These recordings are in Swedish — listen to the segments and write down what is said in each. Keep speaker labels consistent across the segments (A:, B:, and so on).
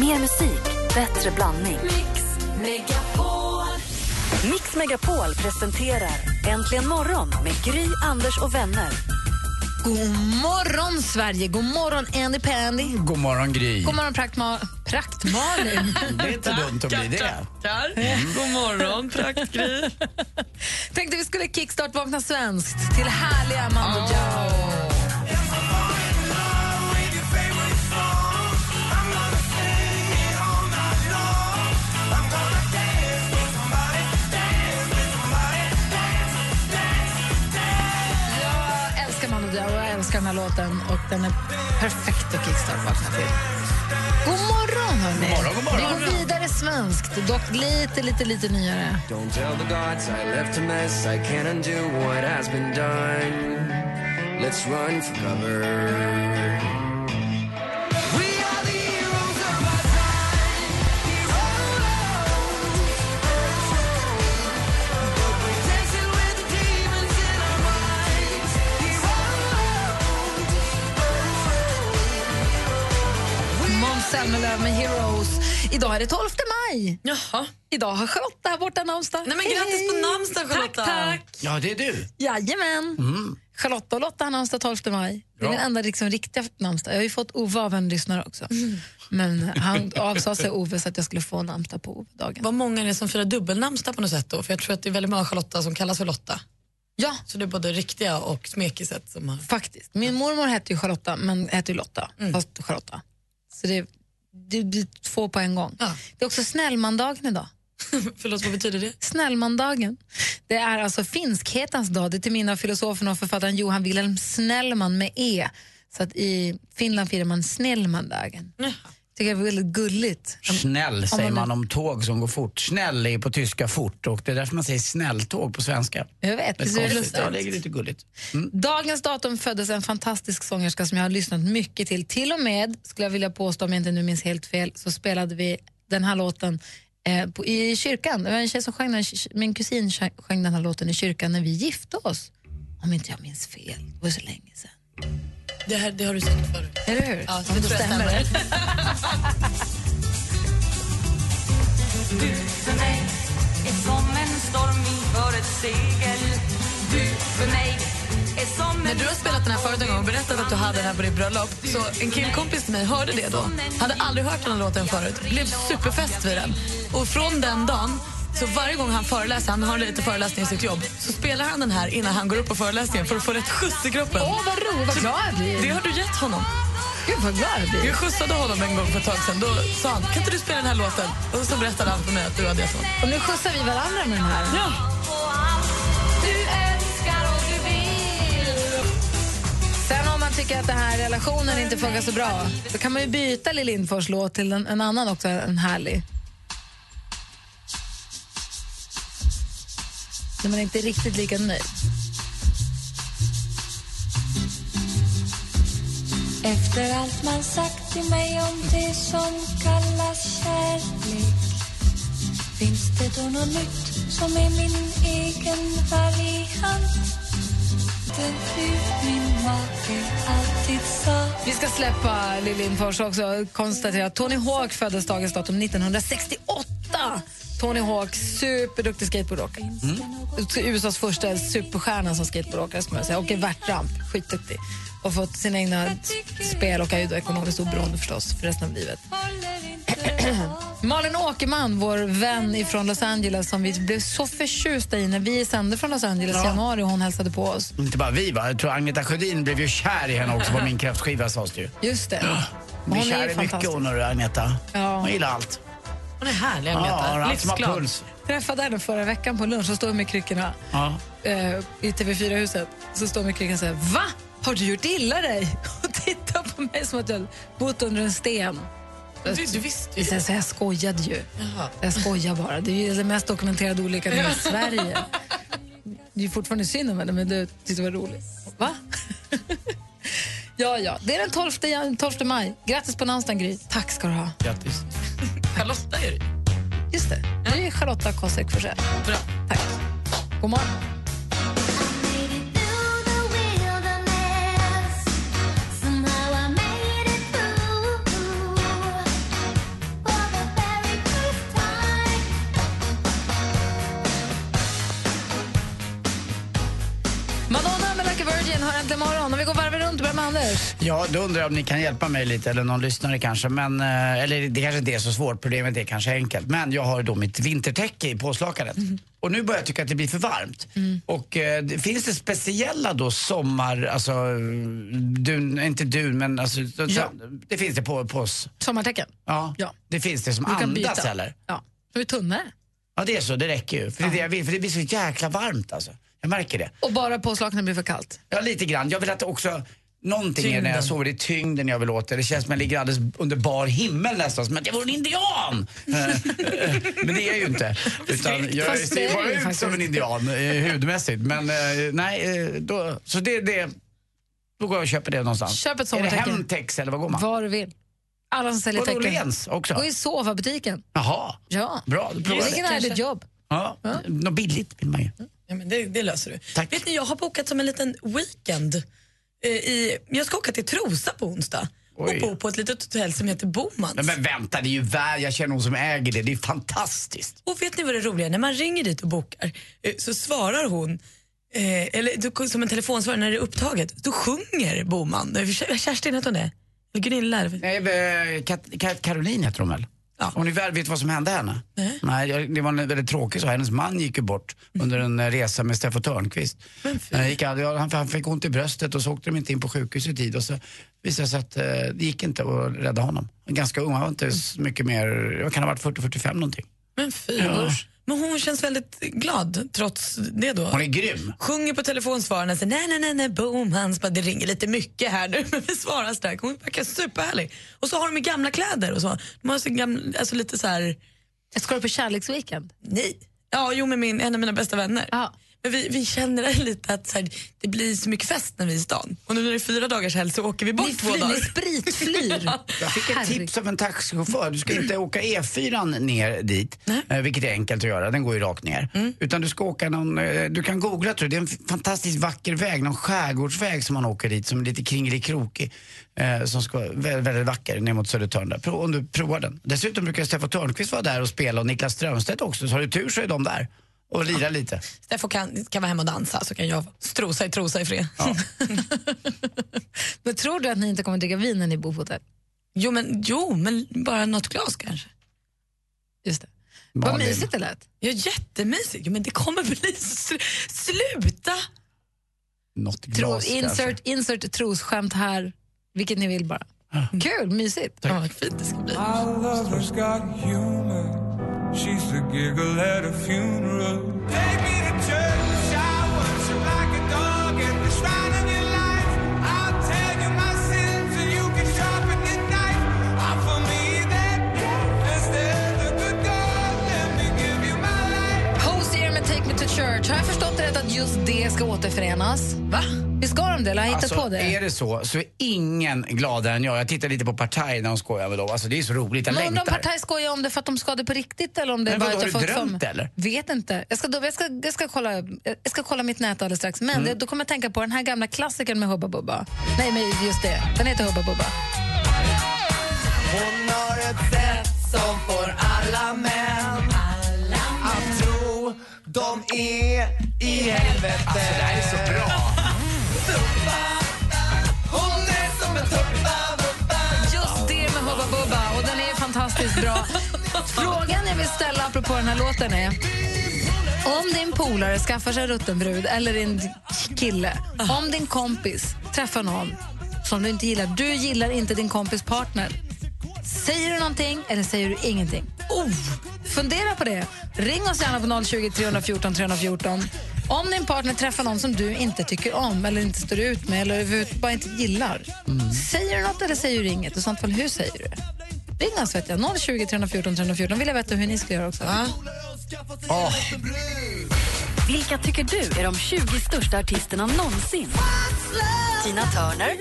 A: Mer musik, bättre blandning.
B: Mix Megapol.
A: Mix Megapol presenterar Äntligen morgon med Gry, Anders och vänner.
C: God morgon, Sverige! God morgon, Andy Pandy!
D: God morgon Gry.
C: God morgon, Praktma... Praktmalin!
D: Det är inte dumt att bli det.
E: Tackar. God morgon, praktgris.
C: Tänkte vi skulle kickstart-vakna svenskt till härliga Mando
D: Ah.
C: Diao. Jag älskar Mando Diao och jag älskar den här låten och den är perfekt att kickstart-vakna till. God morgon, hörni!
D: morgon, god morgon.
C: Vi går vidare svenskt, dock lite, lite, lite nyare.
F: Don't tell the gods I left a mess. I can't undo what has been done. Let's run for cover. We are the heroes of our time. Heroes. But we're dancing with the demons in our minds. Heroes.
C: Måns Zelmerlöw med Heroes. Idag är det 12 maj.
E: Jaha.
C: Idag har Charlotta här borta namnsdag.
E: Nej, men grattis på namnsdagen, Charlotta.
C: Tack, tack.
D: Ja, det är du.
C: Jajamän. Charlotta och Lotta har namnsdag 12 maj. Det är
D: Ja.
C: den enda liksom, riktiga namnsdag. Jag har ju fått Ove av en lyssnare också.
E: Mm.
C: Men han avsade sig Ove så att jag skulle få namnsdag på Ove-dagen.
E: Vad många det är som firar dubbelnamnsdag på något sätt då? För jag tror att det är väldigt många Charlotta som kallas för Lotta.
C: Ja,
E: Så det är både riktiga och smekiset som har...
C: faktiskt. Min mormor hette ju Charlotta, men hette ju Lotta.
E: Mm.
C: Fast Charlotta. Så det, det blir två på en gång.
E: Ja.
C: Det är också snällmandagen idag.
E: Förlåt, vad betyder det?
C: Snellmandagen. Det är alltså finskhetens dag. Det är till minne av filosofen och författaren Johan Wilhelm Snellman med E. Så att i Finland firar man Snellmandagen. Tycker jag är väldigt gulligt.
D: Snäll säger
C: man-
D: man om tåg som går fort. Snäll är på tyska fort och det är därför man säger snälltåg på svenska.
C: Jag vet,
D: Det är
C: visst är det lustigt?
D: konstigt.
C: Mm.
D: Ja, det är lite gulligt.
C: Dagens datum föddes en fantastisk sångerska som jag har lyssnat mycket till. Till och med, skulle jag vilja påstå om jag inte nu minns helt fel, så spelade vi den här låten eh, på, i kyrkan. Det var en tjej som sjöng den, min kusin sjöng- sjöng den här låten i kyrkan när vi gifte oss. Om inte jag minns fel, det var så länge sedan.
E: Det, här, det har du sagt förut.
C: Eller hur?
E: Ja,
C: Om
E: det tror jag stämmer.
G: för mig är som en storm inför ett segel Du för mig är som
E: När
G: en...
E: du har spelat den här förut en gång och berättat att du hade den här på ditt bröllop så en killkompis till mig hörde det då. Hade aldrig hört den här låten förut. Blev superfäst vid den. Och från den dagen så varje gång han föreläser, han har lite föreläsning i sitt jobb, så spelar han den här innan han går upp på föreläsningen för att få rätt skjuts i kroppen.
C: Åh, vad roligt, vad glad jag
E: Det
C: blir.
E: har du gett honom.
C: Gud, vad glad jag blir.
E: Jag skjutsade honom en gång för ett tag sedan. Då sa han, kan inte du spela den här låten? Och så berättade han för mig att du hade gett honom.
C: Och nu skjutsar vi varandra med den här.
E: Ja.
C: Sen om man tycker att den här relationen inte funkar så bra, då kan man ju byta Lill Lindfors låt till en, en annan också, en härlig. När man inte är riktigt lika nöjd.
H: Efter allt man sagt till mig om det som kallas kärlek Finns det då något nytt som är min egen variant? Den fru min make alltid sa
C: Vi ska släppa Lill Lindfors också och konstatera att Tony Hawk föddes dagens datum 1968. Tony Hawk, superduktig skateboardåkare.
D: Mm.
C: USAs första superstjärna som skateboardåkare, ska man säga. Åker värtramp, skitduktig. Och fått sina egna spel och är ju då ekonomiskt oberoende förstås för resten av livet.
H: håller inte av
C: Malin Åkerman, vår vän ifrån Los Angeles som vi blev så förtjusta i när vi sände från Los Angeles i
D: Ja.
C: januari och hon hälsade på oss.
D: Inte bara vi va? Jag tror Agneta Sjödin blev ju kär i henne också på min kräftskiva sades det ju.
C: Just det.
D: Hon är
C: ju
D: kär i mycket
C: fantastisk.
D: hon och Agneta.
C: Ja.
D: Hon gillar allt.
E: Hon är härlig,
D: Ja, hon har
E: Agneta.
D: allt som har
E: Livsglad.
D: puls.
C: träffade henne förra veckan på lunch och stod med kryckorna
D: Ja.
C: eh, i TV4-huset. Så står med kryckan och säger Va? Har du gjort illa dig? Och tittar på mig som att jag bott under en sten.
E: Du, du visste ju.
C: Så jag, så jag skojade ju.
E: Jaha.
C: Jag skojar bara. Det är ju den mest dokumenterade olyckan i hela Sverige. Det är fortfarande synd om henne, men det tyckte jag var roligt. Va? ja, ja. Det är den 12, jan- 12 maj. Grattis på namnsdagen, Gry. Tack ska du ha.
D: Grattis.
E: Charlotta är det.
C: Just det. Det är Charlotta Kosek Forssell.
E: Bra.
C: Tack. God morgon. äntligen morgon. Om vi går varvet runt och börjar med Anders.
D: Ja, då undrar jag om ni kan hjälpa mig lite, eller någon lyssnare kanske. Men, eh, eller det kanske inte är så svårt, problemet är kanske enkelt. Men jag har då mitt vintertäcke i påslakanet.
C: Mhm.
D: Och nu börjar jag tycka att det blir för varmt.
C: Mm.
D: Och eh, det- finns det speciella då sommar, alltså dun, inte dun, men alltså,
C: Ja.
D: det finns det på, på oss.
C: Sommartecken.
D: Ja.
C: Ja.
D: det finns det som
C: Du kan
D: andas
C: byta.
D: eller?
C: Ja. De är tunnare.
D: Ja, det är så, det räcker ju. För det är det jag vill, för det blir så jäkla varmt alltså. Jag märker det.
C: Och bara påslakanen blir för kallt.
D: Ja, lite grann. Jag vill att det också... Någonting är när jag sover, det är tyngden jag vill åt. Det känns som att jag ligger alldeles under bar himmel nästan, som att jag vore en indian! Eh, eh, men det är jag ju inte. Utan jag
C: Fast det är
D: ser
C: det ju
D: bara ut som
C: faktiskt.
D: en indian eh, hudmässigt. Men eh, nej, eh, då, så det, det, då går jag och köper det någonstans.
C: Köp ett
D: är det
C: sommartäcke.
D: Hemtex eller vad går man?
C: Var du vill. Alla som säljer
D: Och
C: tecken.
D: Åhléns också?
C: Gå i sova-butiken.
D: Jaha,
C: Ja.
D: bra. Då provar jag
C: Vilken
D: det.
C: härligt jobb.
D: Ja, något billigt vill man ju.
E: Ja, men det, det löser du.
D: Tack.
E: Vet ni, jag har bokat som en liten weekend. eh, I, jag ska åka till Trosa på onsdag
D: Oj.
E: och bo på ett litet hotell som heter Bomans.
D: Nej, men vänta, det är ju värd. Jag känner någon som äger det. Det är fantastiskt.
E: Och vet ni vad det roliga är? När man ringer dit och bokar eh, så svarar hon eh, eller du- som en telefonsvarare när det är upptaget, då sjunger Boman. Eh, Ker- Kerstin heter hon det? Eller Gunilla? eller-
D: Nej, eh, Kat, Kat, Caroline heter hon väl?
E: Ja.
D: Om ni väl vet vad som hände henne?
E: Nej.
D: jag- det var en väldigt tråkig så. Hennes man gick ju bort under en eh, resa med Steffo Törnqvist. Eh, gick aldrig, ja, han, han fick ont i bröstet och så åkte de inte in på sjukhus i tid och så visade det sig att eh, det gick inte att rädda honom. Han var Ganska ung, han var inte så mycket mer, jag kan ha varit 40-45 någonting.
E: Men fy
D: Ja.
E: usch. Men hon känns väldigt glad trots det då.
D: Hon är grym.
E: Sjunger på telefonsvararna och säger nej, nej, nej, nej, boom, hans bara, det ringer lite mycket här nu, men vi svarar strax. Hon verkar superhärlig. Och så har de ju gamla kläder och så. De har så gamla, alltså lite så här,
C: Jag ska du på kärleksweekend.
E: nej. Ja, jo, med min, en av mina bästa vänner.
C: Ja.
E: Men vi, vi känner lite att så här, det blir så mycket fest när vi är i stan. Och nu när det är fyra dagars helg så åker vi bort
C: Ni,
E: två
C: fly, ni
E: dagar.
C: spritflyr.
D: Jag fick ett
C: Herregud.
D: tips av en taxichaufför. Du ska inte åka E4 ner dit, eh, vilket är enkelt att göra. Den går ju rakt ner.
C: Mm.
D: Utan du ska åka någon, eh, du kan googla tror jag. Det är en f- fantastiskt vacker väg, någon skärgårdsväg som man åker dit som är lite kringelikrokig. Eh, som ska vara väldigt, väldigt vacker ner mot Södertörn där. Pro, om du provar den. Dessutom brukar Stefan Törnqvist vara där och spela och Niklas Strömstedt också. Så har du tur så är de där och lirar lite.
E: Steffo kan, kan vara hemma och dansa så kan jag strosa i trosa i fred.
C: Men tror du att ni inte kommer dricka vin när ni bor på hotell?
E: jo, men, jo, men bara något glas kanske.
C: Just det. Vad
D: Malin.
C: mysigt det lät.
E: Ja, jättemysigt. Men det kommer bli... sl- Sluta!
D: Något
C: Tro,
D: glas kanske.
C: insert, insert trosskämt här, vilket ni vill bara. Kul, mysigt.
E: Ja, vad fint det ska bli.
C: Hosier med Take Me To Church. Har jag förstått det rätt att just det ska återförenas? Va? Vi ska de det? Eller har jag hittat
D: Alltså,
C: på det?
D: Är det så, så är ingen gladare än jag. Jag tittar lite på Partaj när de skojar med dem. Alltså, det är så roligt, jag
C: Men undrar om
D: längtar.
C: Partaj skojar om det för att de ska det på riktigt eller om det
D: Men
C: bara
D: vadå,
C: att jag
D: har du
C: fått för
D: drömt
C: mig.
D: det, eller?
C: Vet inte. Jag ska, då, jag, ska, jag, ska kolla, jag ska kolla mitt nät alldeles strax. Men
D: Mm.
C: det, då kommer jag tänka på den här gamla klassikern med Hubba Bubba. Nej, men just det. Den heter Hubba Bubba.
I: Hon har ett sätt som får alla män att tro de är i helvete. Alltså, det här är så bra. Hon är som en tuppa
C: Just det med Hubba Bubba. Och den är fantastiskt bra. Frågan jag vill ställa apropå den här låten är om din polare skaffar sig en rutten brud eller en kille, om din kompis träffar någon som du inte gillar, du gillar inte din kompis partner. Säger du någonting eller säger du ingenting? Oh, fundera på det. Ring oss gärna på 020 314 314. Om din partner träffar någon som du inte tycker om eller inte står ut med eller överhuvudtaget bara inte gillar. Säger du något eller säger du inget? I sånt fall, hur säger du det? Ring oss, vet jag. 020 314 314. Vill jag veta hur ni skulle göra också.
D: Åh,
A: Vilka tycker du är de 20 största artisterna någonsin? Tina Turner?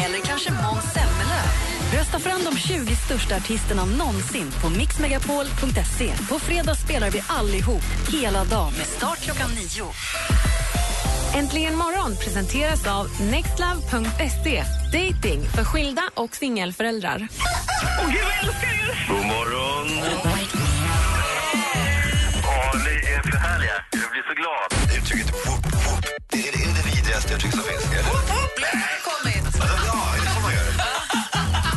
A: Eller kanske Måns Zelmerlöw? Rösta fram de 20 största artisterna någonsin på mixmegapol.se. På fredag spelar vi allihop, hela dagen, med start klockan nio.
G: Äntligen morgon presenteras av nextlove.se. Dating för skilda och singelföräldrar.
H: God morgon! Åh, ni är för härliga. Jag blir så glad. Uttrycket whoop, whoop, det är det vidrigaste
J: jag tycker som finns. Eller?
K: Kommit.
J: Ja, är det så man gör?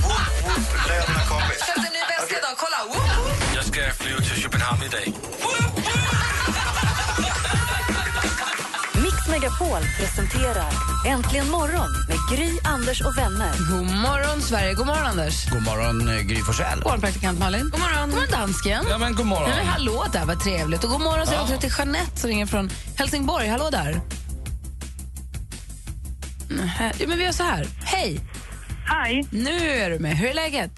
J: Woop, woop, Bröderna kompis.
K: Köpte en ny väska idag. Kolla! Woop, woop.
J: Jag ska flyga till Köpenhamn idag.
A: Mix Megapol presenterar Äntligen morgon med Gry, Anders och vänner.
C: God morgon, Sverige. God morgon, Anders.
D: God morgon, eh, Gry Forssell.
C: God morgon, praktikant Malin. God morgon. God morgon, dansken.
L: Ja, men god morgon.
C: Nej, men hallå där, vad trevligt. Och god morgon säger jag också till Jeanette som ringer från Helsingborg. Hallå där. Nähä. Jo, men vi gör så här. Hej! Hej! Nu är du med. Hur är läget?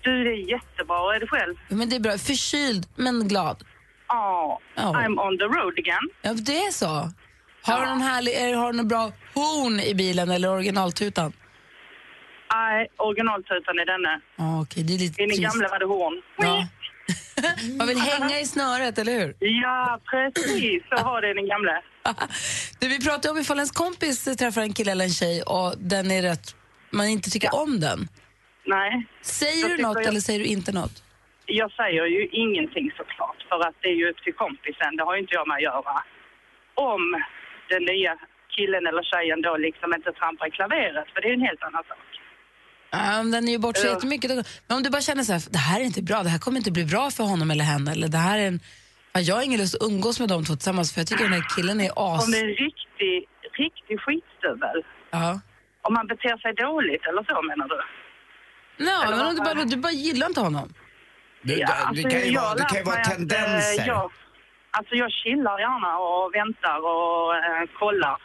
M: Du, det är jättebra. Och är du själv?
C: Jo, Men det är bra. Förkyld, men glad.
M: Ja,
C: Ja.
M: I'm on the road again.
C: Ja, det är så. Har du någon härlig, är- har du någon bra horn i bilen eller originaltutan?
M: Nej, originaltutan är denne.
C: Ah, Okej, det är lite
M: I min
C: trist.
M: gamla hade horn.
C: Ja. Man vill hänga i snöret, eller hur?
M: Ja, precis. Så har det den gamla.
C: Du, vi pratade om ifall ens kompis träffar en kille eller en tjej och den är rätt, man inte tycker om den.
M: Nej.
C: Säger
M: Jag
C: du
M: tycker
C: något
M: jag-
C: eller säger du inte något?
M: Jag säger ju ingenting såklart, för att det är ju upp till kompisen. Det har ju inte jag med att göra. Om den nya killen eller tjejen då liksom inte trampar i klaveret, för det är ju en helt annan sak.
C: Ja, om den är ju bort så
M: Ja.
C: jättemycket. då- Men om du bara känner så här, det här är inte bra, det här kommer inte bli bra för honom eller henne. Eller det här är en, ja, jag har ingen lust att umgås med de två tillsammans för jag tycker den här killen är as.
M: Om det är en riktig, riktig skitstövel.
C: Ja.
M: Om man beter sig dåligt eller så menar du?
C: Nej,
M: Eller
C: men om
M: vad-
C: du bara, du bara gillar inte honom.
D: Det,
M: Ja,
D: det, det
M: alltså,
D: kan ju
M: jag
D: vara, det
M: har
D: kan ju
M: lärt
D: vara
M: mig att, eh,
D: tendenser.
M: jag- Alltså jag chillar gärna och väntar och eh, kollar.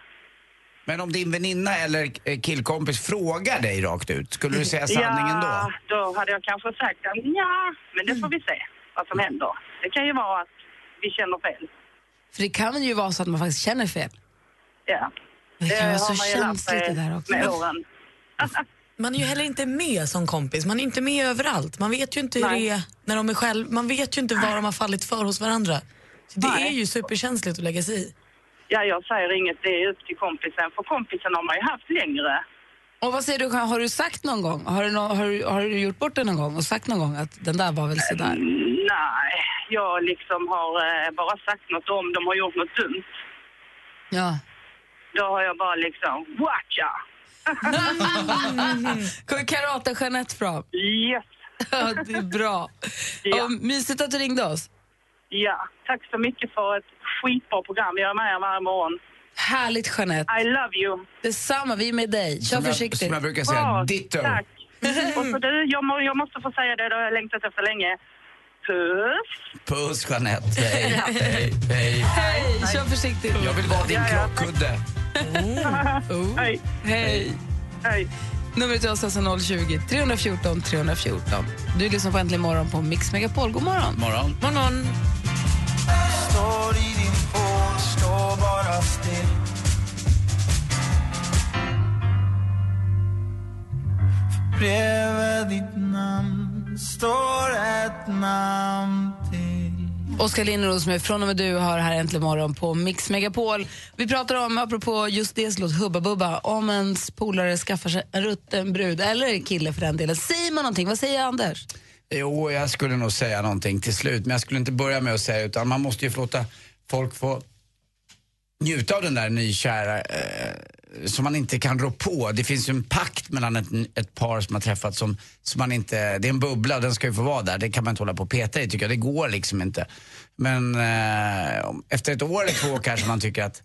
D: Men om din väninna eller eh, killkompis frågar dig rakt ut, skulle du säga sanningen
M: ja,
D: då?
M: då hade jag kanske sagt att ja, men det får
C: Mm.
M: vi se vad som händer. Det kan ju vara att vi känner fel.
C: För det kan ju vara så att man faktiskt känner fel.
M: Ja.
C: Det kan vara
M: har
C: så
M: man ju lärt
C: känsligt det
M: sig
C: där också.
M: Med åren.
E: Man är ju heller inte med som kompis. Man är inte med överallt. Man vet ju inte hur
M: Nej.
E: det är när de är själv. Man vet ju inte vad de har fallit för hos varandra. Så det
M: Nej.
E: är ju superkänsligt att lägga sig i.
M: Ja, jag säger inget. Det är upp till kompisen. För kompisen har man ju haft längre.
C: Och vad säger du, har du sagt någon gång, har du, nå- har, du- har du gjort bort det någon gång och sagt någon gång att den där var väl sådär?
M: Mm. Nej, jag liksom har eh, bara sagt något om de har gjort något dumt.
C: Ja.
M: Då har jag bara liksom, watcha!
C: Kommer Karate-Jeanette fram?
M: Yes!
C: Ja, det är bra. Ja. mysigt att du ringde oss.
M: Ja, tack så mycket för ett skitbra program. Jag är med er varje morgon.
C: Härligt, Jeanette.
M: I love you.
C: Detsamma, vi är med dig. Kör
D: Som jag-
C: försiktigt.
D: som jag brukar säga,
M: Bra,
D: ditto.
M: Tack. Och så du, jag, må, jag måste få säga det, det har jag längtat efter länge. Puss!
D: Puss Jeanette, hej, hej, hej.
C: Hej, kör försiktigt.
D: Jag vill vara din
C: Ja, ja.
D: krockkudde.
C: Oh. Hej. Hej. Numret till oss är alltså 020 314 314. Du lyssnar på Äntligen morgon på Mix Megapol. God morgon.
D: Morgon.
C: morgon.
H: Står i din båt, står bara still För Bredvid ditt namn står ett namn
C: Oskar Linnros med Från och med du har här Äntligen morgon på Mix Megapol. Vi pratar om, apropå just det låt Hubba Bubba, om ens polare skaffar sig en rutten brud, eller kille för den delen. Säger man någonting? Vad säger Anders?
D: Jo, jag skulle nog säga någonting till slut, men jag skulle inte börja med att säga utan man måste ju få låta folk få njuta av den där nykära eh, som man inte kan rå på. Det finns ju en pakt mellan ett, ett par som har träffats som, som man inte, det är en bubbla och den ska ju få vara där. Det kan man inte hålla på och peta i tycker jag, det går liksom inte. Men eh, om- efter ett år eller två kanske man tycker att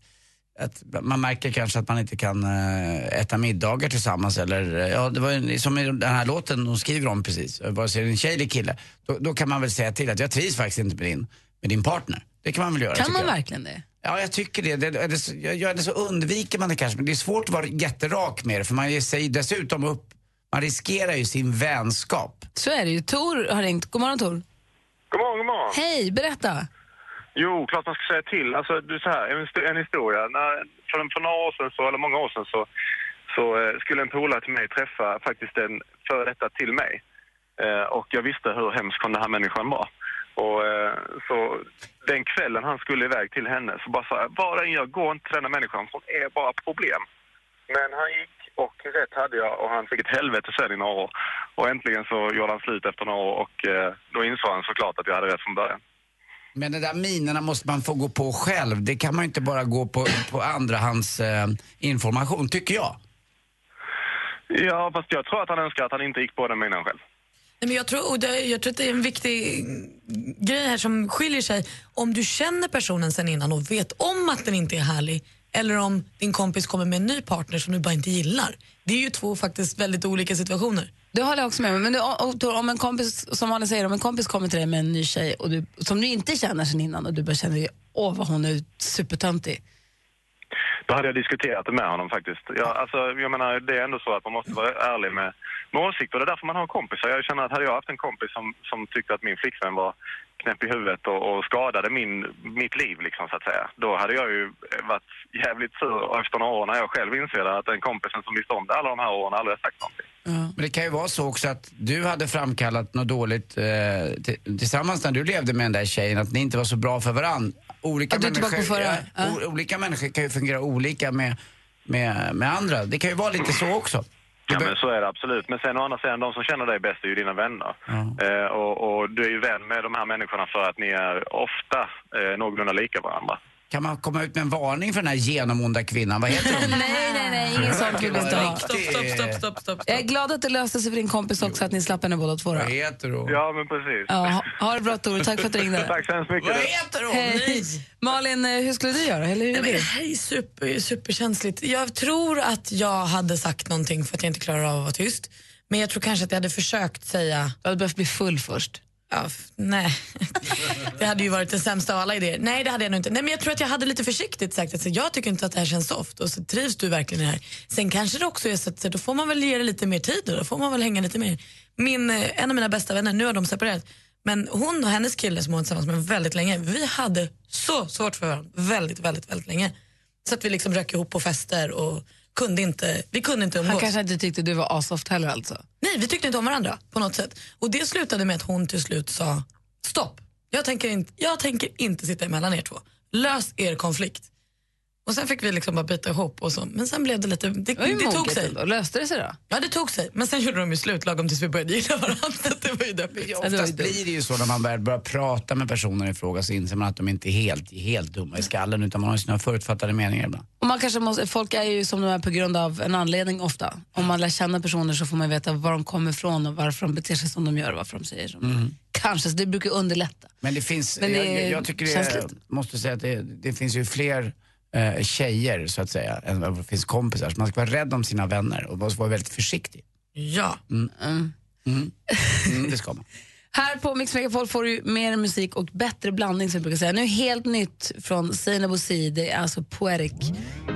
D: att man märker kanske att man inte kan eh, äta middagar tillsammans eller, eh, ja det var ju som i den här låten de skriver om precis, eh, vare sig det är en tjej eller kille. Då, då kan man väl säga till att jag trivs faktiskt inte med din, med din partner. Det kan man väl göra
C: Kan
D: tycker
C: man
D: jag.
C: verkligen det?
D: Ja, jag tycker det. det, är det så, jag, jag, eller så undviker man det kanske, men det är svårt att vara jätterak med det för man ger sig dessutom upp, man riskerar ju sin vänskap.
C: Så är det ju. Tor har ringt. God morgon Tor.
N: God morgon, god morgon.
C: Hej, berätta.
N: Jo, klart man ska säga till. Alltså, du, så här, en, histo- en historia. När, för, för några år sedan, så, eller många år sedan, så, så eh, skulle en polare till mig träffa faktiskt en före detta till mig. Eh, och jag visste hur hemsk hon den här människan var. Och eh, så den kvällen han skulle iväg till henne så bara sa jag, bara jag, gå inte till den här människan, hon är bara problem. Men han gick och rätt hade jag och han fick ett helvete sen i några år. Och äntligen så gjorde han slut efter några år och eh, då insåg han såklart att jag hade rätt från början.
D: Men de där minerna måste man få gå på själv. Det kan man ju inte bara gå på, på andrahands eh, information, tycker jag.
M: Ja, fast jag tror att han önskar att han inte gick på den minan själv.
E: Nej, men jag, tror, och det, jag tror att det är en viktig grej här som skiljer sig. Om du känner personen sen innan och vet om att den inte är härlig eller om din kompis kommer med en ny partner som du bara inte gillar. Det är ju två faktiskt väldigt olika situationer.
C: Det håller jag också med om. Men du, och- och- om en kompis, som Malin säger, om en kompis kommer till dig med en ny tjej och du, som du inte känner sen innan och du börjar känna, åh vad hon är supertöntig.
M: Då hade jag diskuterat det med honom faktiskt. Jag, alltså, jag menar, det är ändå så att man måste vara ärlig med, med åsikter. Det är därför man har kompisar. Jag känner att hade jag haft en kompis som, som tyckte att min flickvän var knäpp i huvudet och, och skadade min, mitt liv, liksom, så att säga. Då hade jag ju varit jävligt sur efter några år när jag själv inser att den kompisen som visste om det alla de här åren aldrig har sagt någonting.
D: Men det kan ju vara så också att du hade framkallat något dåligt eh, ti- tillsammans när du levde med den där tjejen, att ni inte var så bra för varandra. Olika,
C: Att du inte var på förra,
D: ja, o- olika människor kan ju fungera olika med, med, med andra. Det kan ju vara lite så också.
M: Ja, men så är det absolut. Men sen å andra sidan, de som känner dig bäst är ju dina vänner. Eh, och, och du är ju vän med de här människorna för att ni är ofta eh, någorlunda lika varandra.
D: Kan man komma ut med en varning för den här genomonda kvinnan? Vad heter hon?
C: nej, nej, nej, ingen sån vill vi inte ha.
D: Stopp, stopp, stopp, stopp, stopp.
C: Jag är glad att det löste sig för din kompis också, att ni slapp henne båda två. Då.
D: Vad heter hon?
M: Ja, men precis.
C: Ja, ha, ha det bra Tore, tack för att du ringde.
M: Tack så hemskt mycket.
C: Vad
D: heter
E: hon?
C: Hej. Malin, eh, hur skulle du göra? Eller hur
E: Nej,
C: är
E: men det
C: du?
E: här är super, superkänsligt. Jag tror att jag hade sagt någonting för att jag inte klarar av att vara tyst. Men jag tror kanske att jag hade försökt säga...
C: Du hade behövt bli full först.
E: Ja, f- nej. det hade ju varit den sämsta av alla idéer. Nej, det hade jag nog inte. Nej, men jag tror att jag hade lite försiktigt sagt att så, jag tycker inte att det här känns soft och så trivs du verkligen i det här. Sen kanske det också är så att så, då får man väl ge det lite mer tid och då får man väl hänga lite mer. Min, eh, en av mina bästa vänner, nu har de separerat, men hon och hennes kille som hon var tillsammans med väldigt länge, vi hade så svårt för varandra väldigt, väldigt, väldigt länge. Så att vi liksom rök ihop på fester och kunde inte, vi kunde inte umgås.
C: Han kanske inte tyckte du var asoft heller alltså?
E: Nej, vi tyckte inte om varandra på något sätt. Och det slutade med att hon till slut sa stopp. Jag tänker inte, jag tänker inte sitta emellan er två. Lös er konflikt. Och sen fick vi liksom bara bita ihop och så. Men sen blev det lite, det,
C: var ju
E: det tog
C: moget
E: sig.
C: ändå. Löste det sig då?
E: Ja, det tog sig. Men sen gjorde de ju slut lagom tills vi började gilla varandra. Så det var ju deppigt.
D: Oftast blir det ju så när man börjar, börjar prata med personer i fråga så inser man att de inte är helt, helt dumma i skallen utan man har ju sina förutfattade meningar ibland.
C: Och man kanske måste, folk är ju som de är på grund av en anledning ofta. Om man lär känna personer så får man veta var de kommer ifrån och varför de beter sig som de gör och varför de säger som de gör.
E: Mm.
C: Kanske, så det brukar ju underlätta.
D: Men det finns,
C: Men det
D: jag, jag-
C: är
D: jag tycker det är,
C: känsligt.
D: måste säga att det, det finns ju fler eh, tjejer så att säga än vad det finns kompisar. Så man ska vara rädd om sina vänner och man ska vara väldigt försiktig.
E: Ja.
D: Mm. Mm. Mm, det ska man.
C: Här på Mix Megapol får du mer musik och bättre blandning som jag brukar säga. Nu helt nytt från Seinabo Si, det är alltså Poetic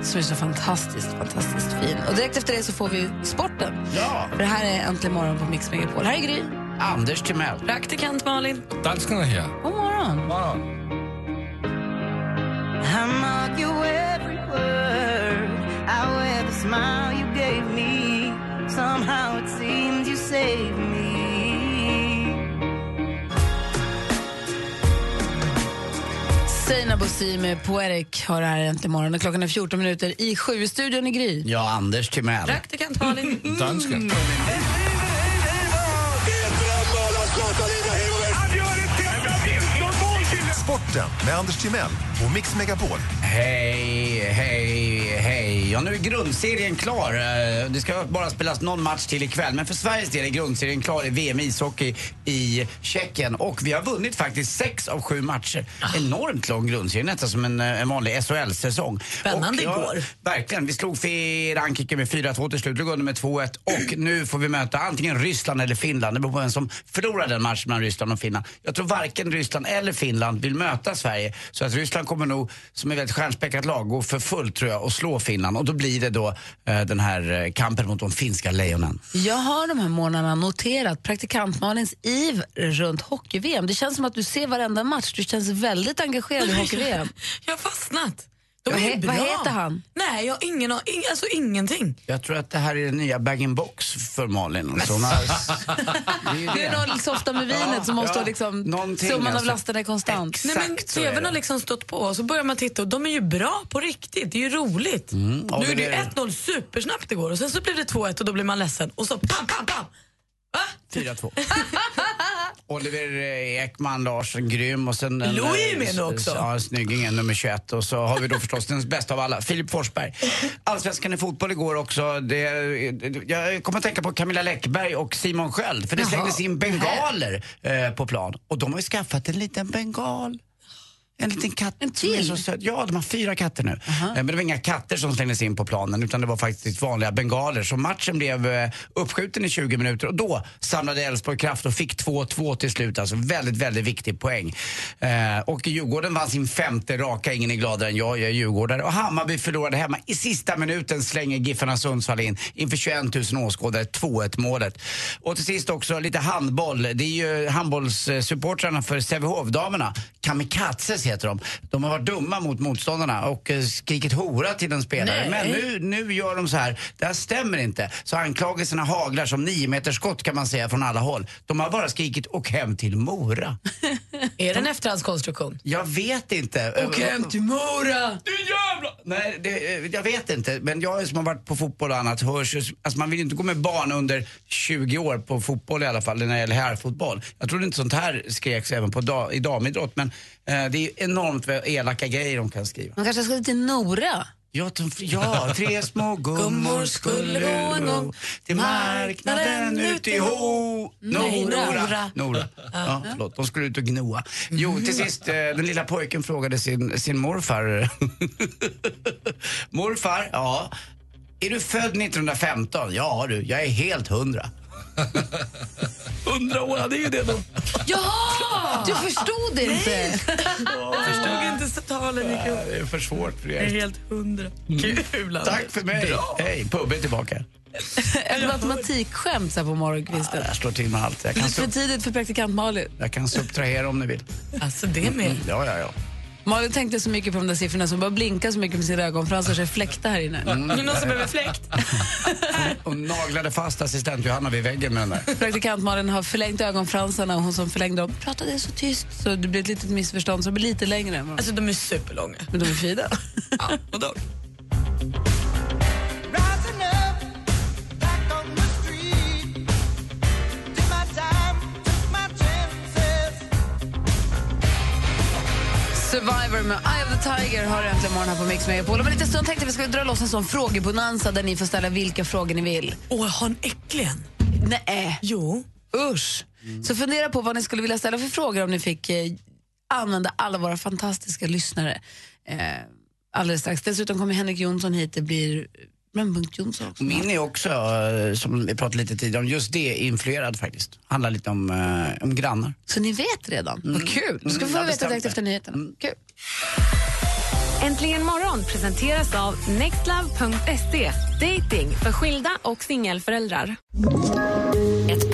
C: som är så fantastiskt, fantastiskt fin. Och direkt efter det så får vi sporten.
D: Ja.
C: För det här är Äntligen morgon på Mix Megapol. Här är Gry.
D: Anders Timell.
E: Praktikant Malin.
O: Danskarna här.
C: God morgon.
P: I mark you every word. I wear the smile you gave me. Somehow it seems you saved me.
C: Sina Bosi med Poetic har det här äntligen morgon och klockan är 14 minuter i sju. Studion i Gry.
D: Ja, Anders Timell.
E: Praktikant Malin.
O: Dansken.
Q: Sporten med Anders Timell och Mix Megapol.
D: Hej, hej, hej. Ja, nu är grundserien klar. Eh, Det ska bara spelas någon match till ikväll. Men för Sveriges del är grundserien klar i VM i ishockey i Tjeckien. Och vi har vunnit faktiskt sex av sju matcher.
E: Ah.
D: Enormt lång grundserie, nästan som en, eh, en vanlig SHL-säsong.
E: Spännande
D: Och,
E: igår.
D: Verkligen. Vi slog Frankrike med 4-2 till slut, låg under med 2-1 och nu får vi möta antingen Ryssland eller Finland. Det beror på vem som förlorar den matchen mellan Ryssland och Finland. Jag tror varken Ryssland eller Finland vill möta Sverige. Så att Ryssland kommer nog, som är väldigt stjärnspäckat lag, gå för fullt tror jag och slå Finland. Och då blir det då eh, den här eh, kampen mot de finska lejonen.
C: Jag har de här månaderna noterat praktikant Malins iver runt hockey-VM. Det känns som att du ser varenda match. Du känns väldigt engagerad i hockey-VM.
E: Jag har fastnat. De
C: Vad
E: är
C: he-
E: bra.
C: vad heter han?
E: Nej, jag har ingen an- ing- Alltså ingenting.
D: Jag tror att det här är den nya bag-in-box för Malin. Och såna, det
C: Det är någon liksom softa med vinet som måste ha liksom,
D: Någonting,
C: summan
D: alltså.
C: av lasten är konstant.
E: Nej, men tvn har liksom stått på och så börjar man titta och de är ju bra på riktigt. Det är ju roligt.
C: Mm.
D: Ja,
E: nu
D: det
E: är det ju
D: är-
E: 1-0 supersnabbt igår och sen så blev det 2-1 och då blir man ledsen och så pam, pam, pam.
D: 4-2. Och Oliver eh, Ekman Larsson, grym. Och sen den,
R: Louis är med
D: eh,
R: nu också.
D: Ja, snyggingen nummer 21. Och så har vi då förstås den bästa av alla, Filip Forsberg. Allsvenskan i fotboll igår också. Det, det- jag kommer att tänka på Camilla Läckberg och Simon Sköld. För det
F: Jaha.
D: slängdes in bengaler eh, på plan. Och de har ju skaffat en liten bengal. En liten katt en till. är så söt. Ja, de har fyra katter nu. Eh, Men det var inga katter som slängdes in på planen utan det var faktiskt vanliga bengaler. Så matchen blev eh, uppskjuten i 20 minuter och då samlade Elfsborg kraft och fick 2-2 till slut. Alltså väldigt, väldigt viktig poäng. Eh, Och Djurgården vann sin femte raka. Ingen är gladare än jag, jag är djurgårdare. Och Hammarby förlorade hemma. I sista minuten slänger Giffarna Sundsvall in inför 21 000 åskådare 2-1 målet. Och till sist också lite handboll. Det är ju handbollssupportrarna för Sävehof, damerna. Kamikazes heter de. De har varit dumma mot motståndarna och eh, skrikit hora till en spelare.
F: Nej.
D: Men nu, nu gör de så här. Det här stämmer inte. Så anklagelserna haglar som nio meter skott kan man säga från alla håll. De har bara skrikit och hem till Mora.
E: Är det en efterhandskonstruktion?
D: Jag vet inte.
E: Och hem till Mora!
D: Du jävla! Nej, det, eh, jag vet inte. Men jag som har varit på fotboll och annat hörs ju- alltså man vill ju inte gå med barn under 20 år på fotboll i alla fall, när det gäller herrfotboll. Jag trodde inte sånt här skreks även på da, i damidrott, men eh, det är ju enormt vad elaka grejer de kan skriva.
C: Man kanske skulle till Nora.
D: Ja, de, ja tre små gummor skulle gå en gång till marknaden ut i Ho...
F: Nej,
D: Nora.
F: Nora.
D: Nora. Ja, förlåt. De skulle ut och gnoa. Jo, till sist, eh, den lilla pojken frågade sin, sin morfar. morfar, ja. Är du född 1915? Ja du, jag är helt hundra. Hundra år, det är ju det då.
C: Jaha! Du förstod inte.
E: Jag förstod inte så talen gick upp.
D: Det är för svårt för
E: Jag är
D: er.
E: helt hundra. Kul! Anders.
D: Tack för mig. Hej, Pubbe är tillbaka.
C: Ett matematikskämt så här på morgonkvisten.
D: Jag slår till med allt. Jag kan,
C: Lite för
D: sub-
C: tidigt för praktikant Malin.
D: jag kan subtrahera om ni vill.
E: Alltså det med.
C: Mm.
D: Ja, ja, ja.
C: Malin tänkte så mycket på de där siffrorna som bara blinkade så mycket med sina ögonfransar så det fläktar här inne.
D: Mm. Är det någon som behöver fläkt? Och naglade fast assistent Johanna vid väggen med den där.
C: Praktikant Malin har förlängt ögonfransarna och hon som förlängde dem pratade så tyst så det blev ett litet missförstånd så det blir lite längre. än vad-
E: Alltså de är superlånga.
C: Men de är fina.
F: Rising up, back on the street. Did my time, took my chances.
C: Survivor med Eye of the Tiger har äntligen morgon här på Mix Megapol. Om en liten stund tänkte vi skulle dra loss en sån frågebonanza där ni får ställa vilka frågor ni vill.
E: Åh, har en äcklig en?
C: Nej.
E: Jo.
C: Usch. Så fundera på vad ni skulle vilja ställa för frågor om ni fick eh, använda alla våra fantastiska lyssnare. Eh, alldeles strax. Dessutom kommer Henrik Jonsson hit. Det blir Rönnpunkt Jonsson också.
D: Min är också, eh, som vi pratade lite tidigare om, just det influerad faktiskt. Handlar lite om, eh, om grannar.
C: Så ni vet redan?
D: Mm.
C: Vad kul!
B: Du
C: ska få veta direkt efter nyheterna. Kul.
B: Äntligen morgon presenteras av nextlove.se. Dating för skilda och singelföräldrar.
O: Ett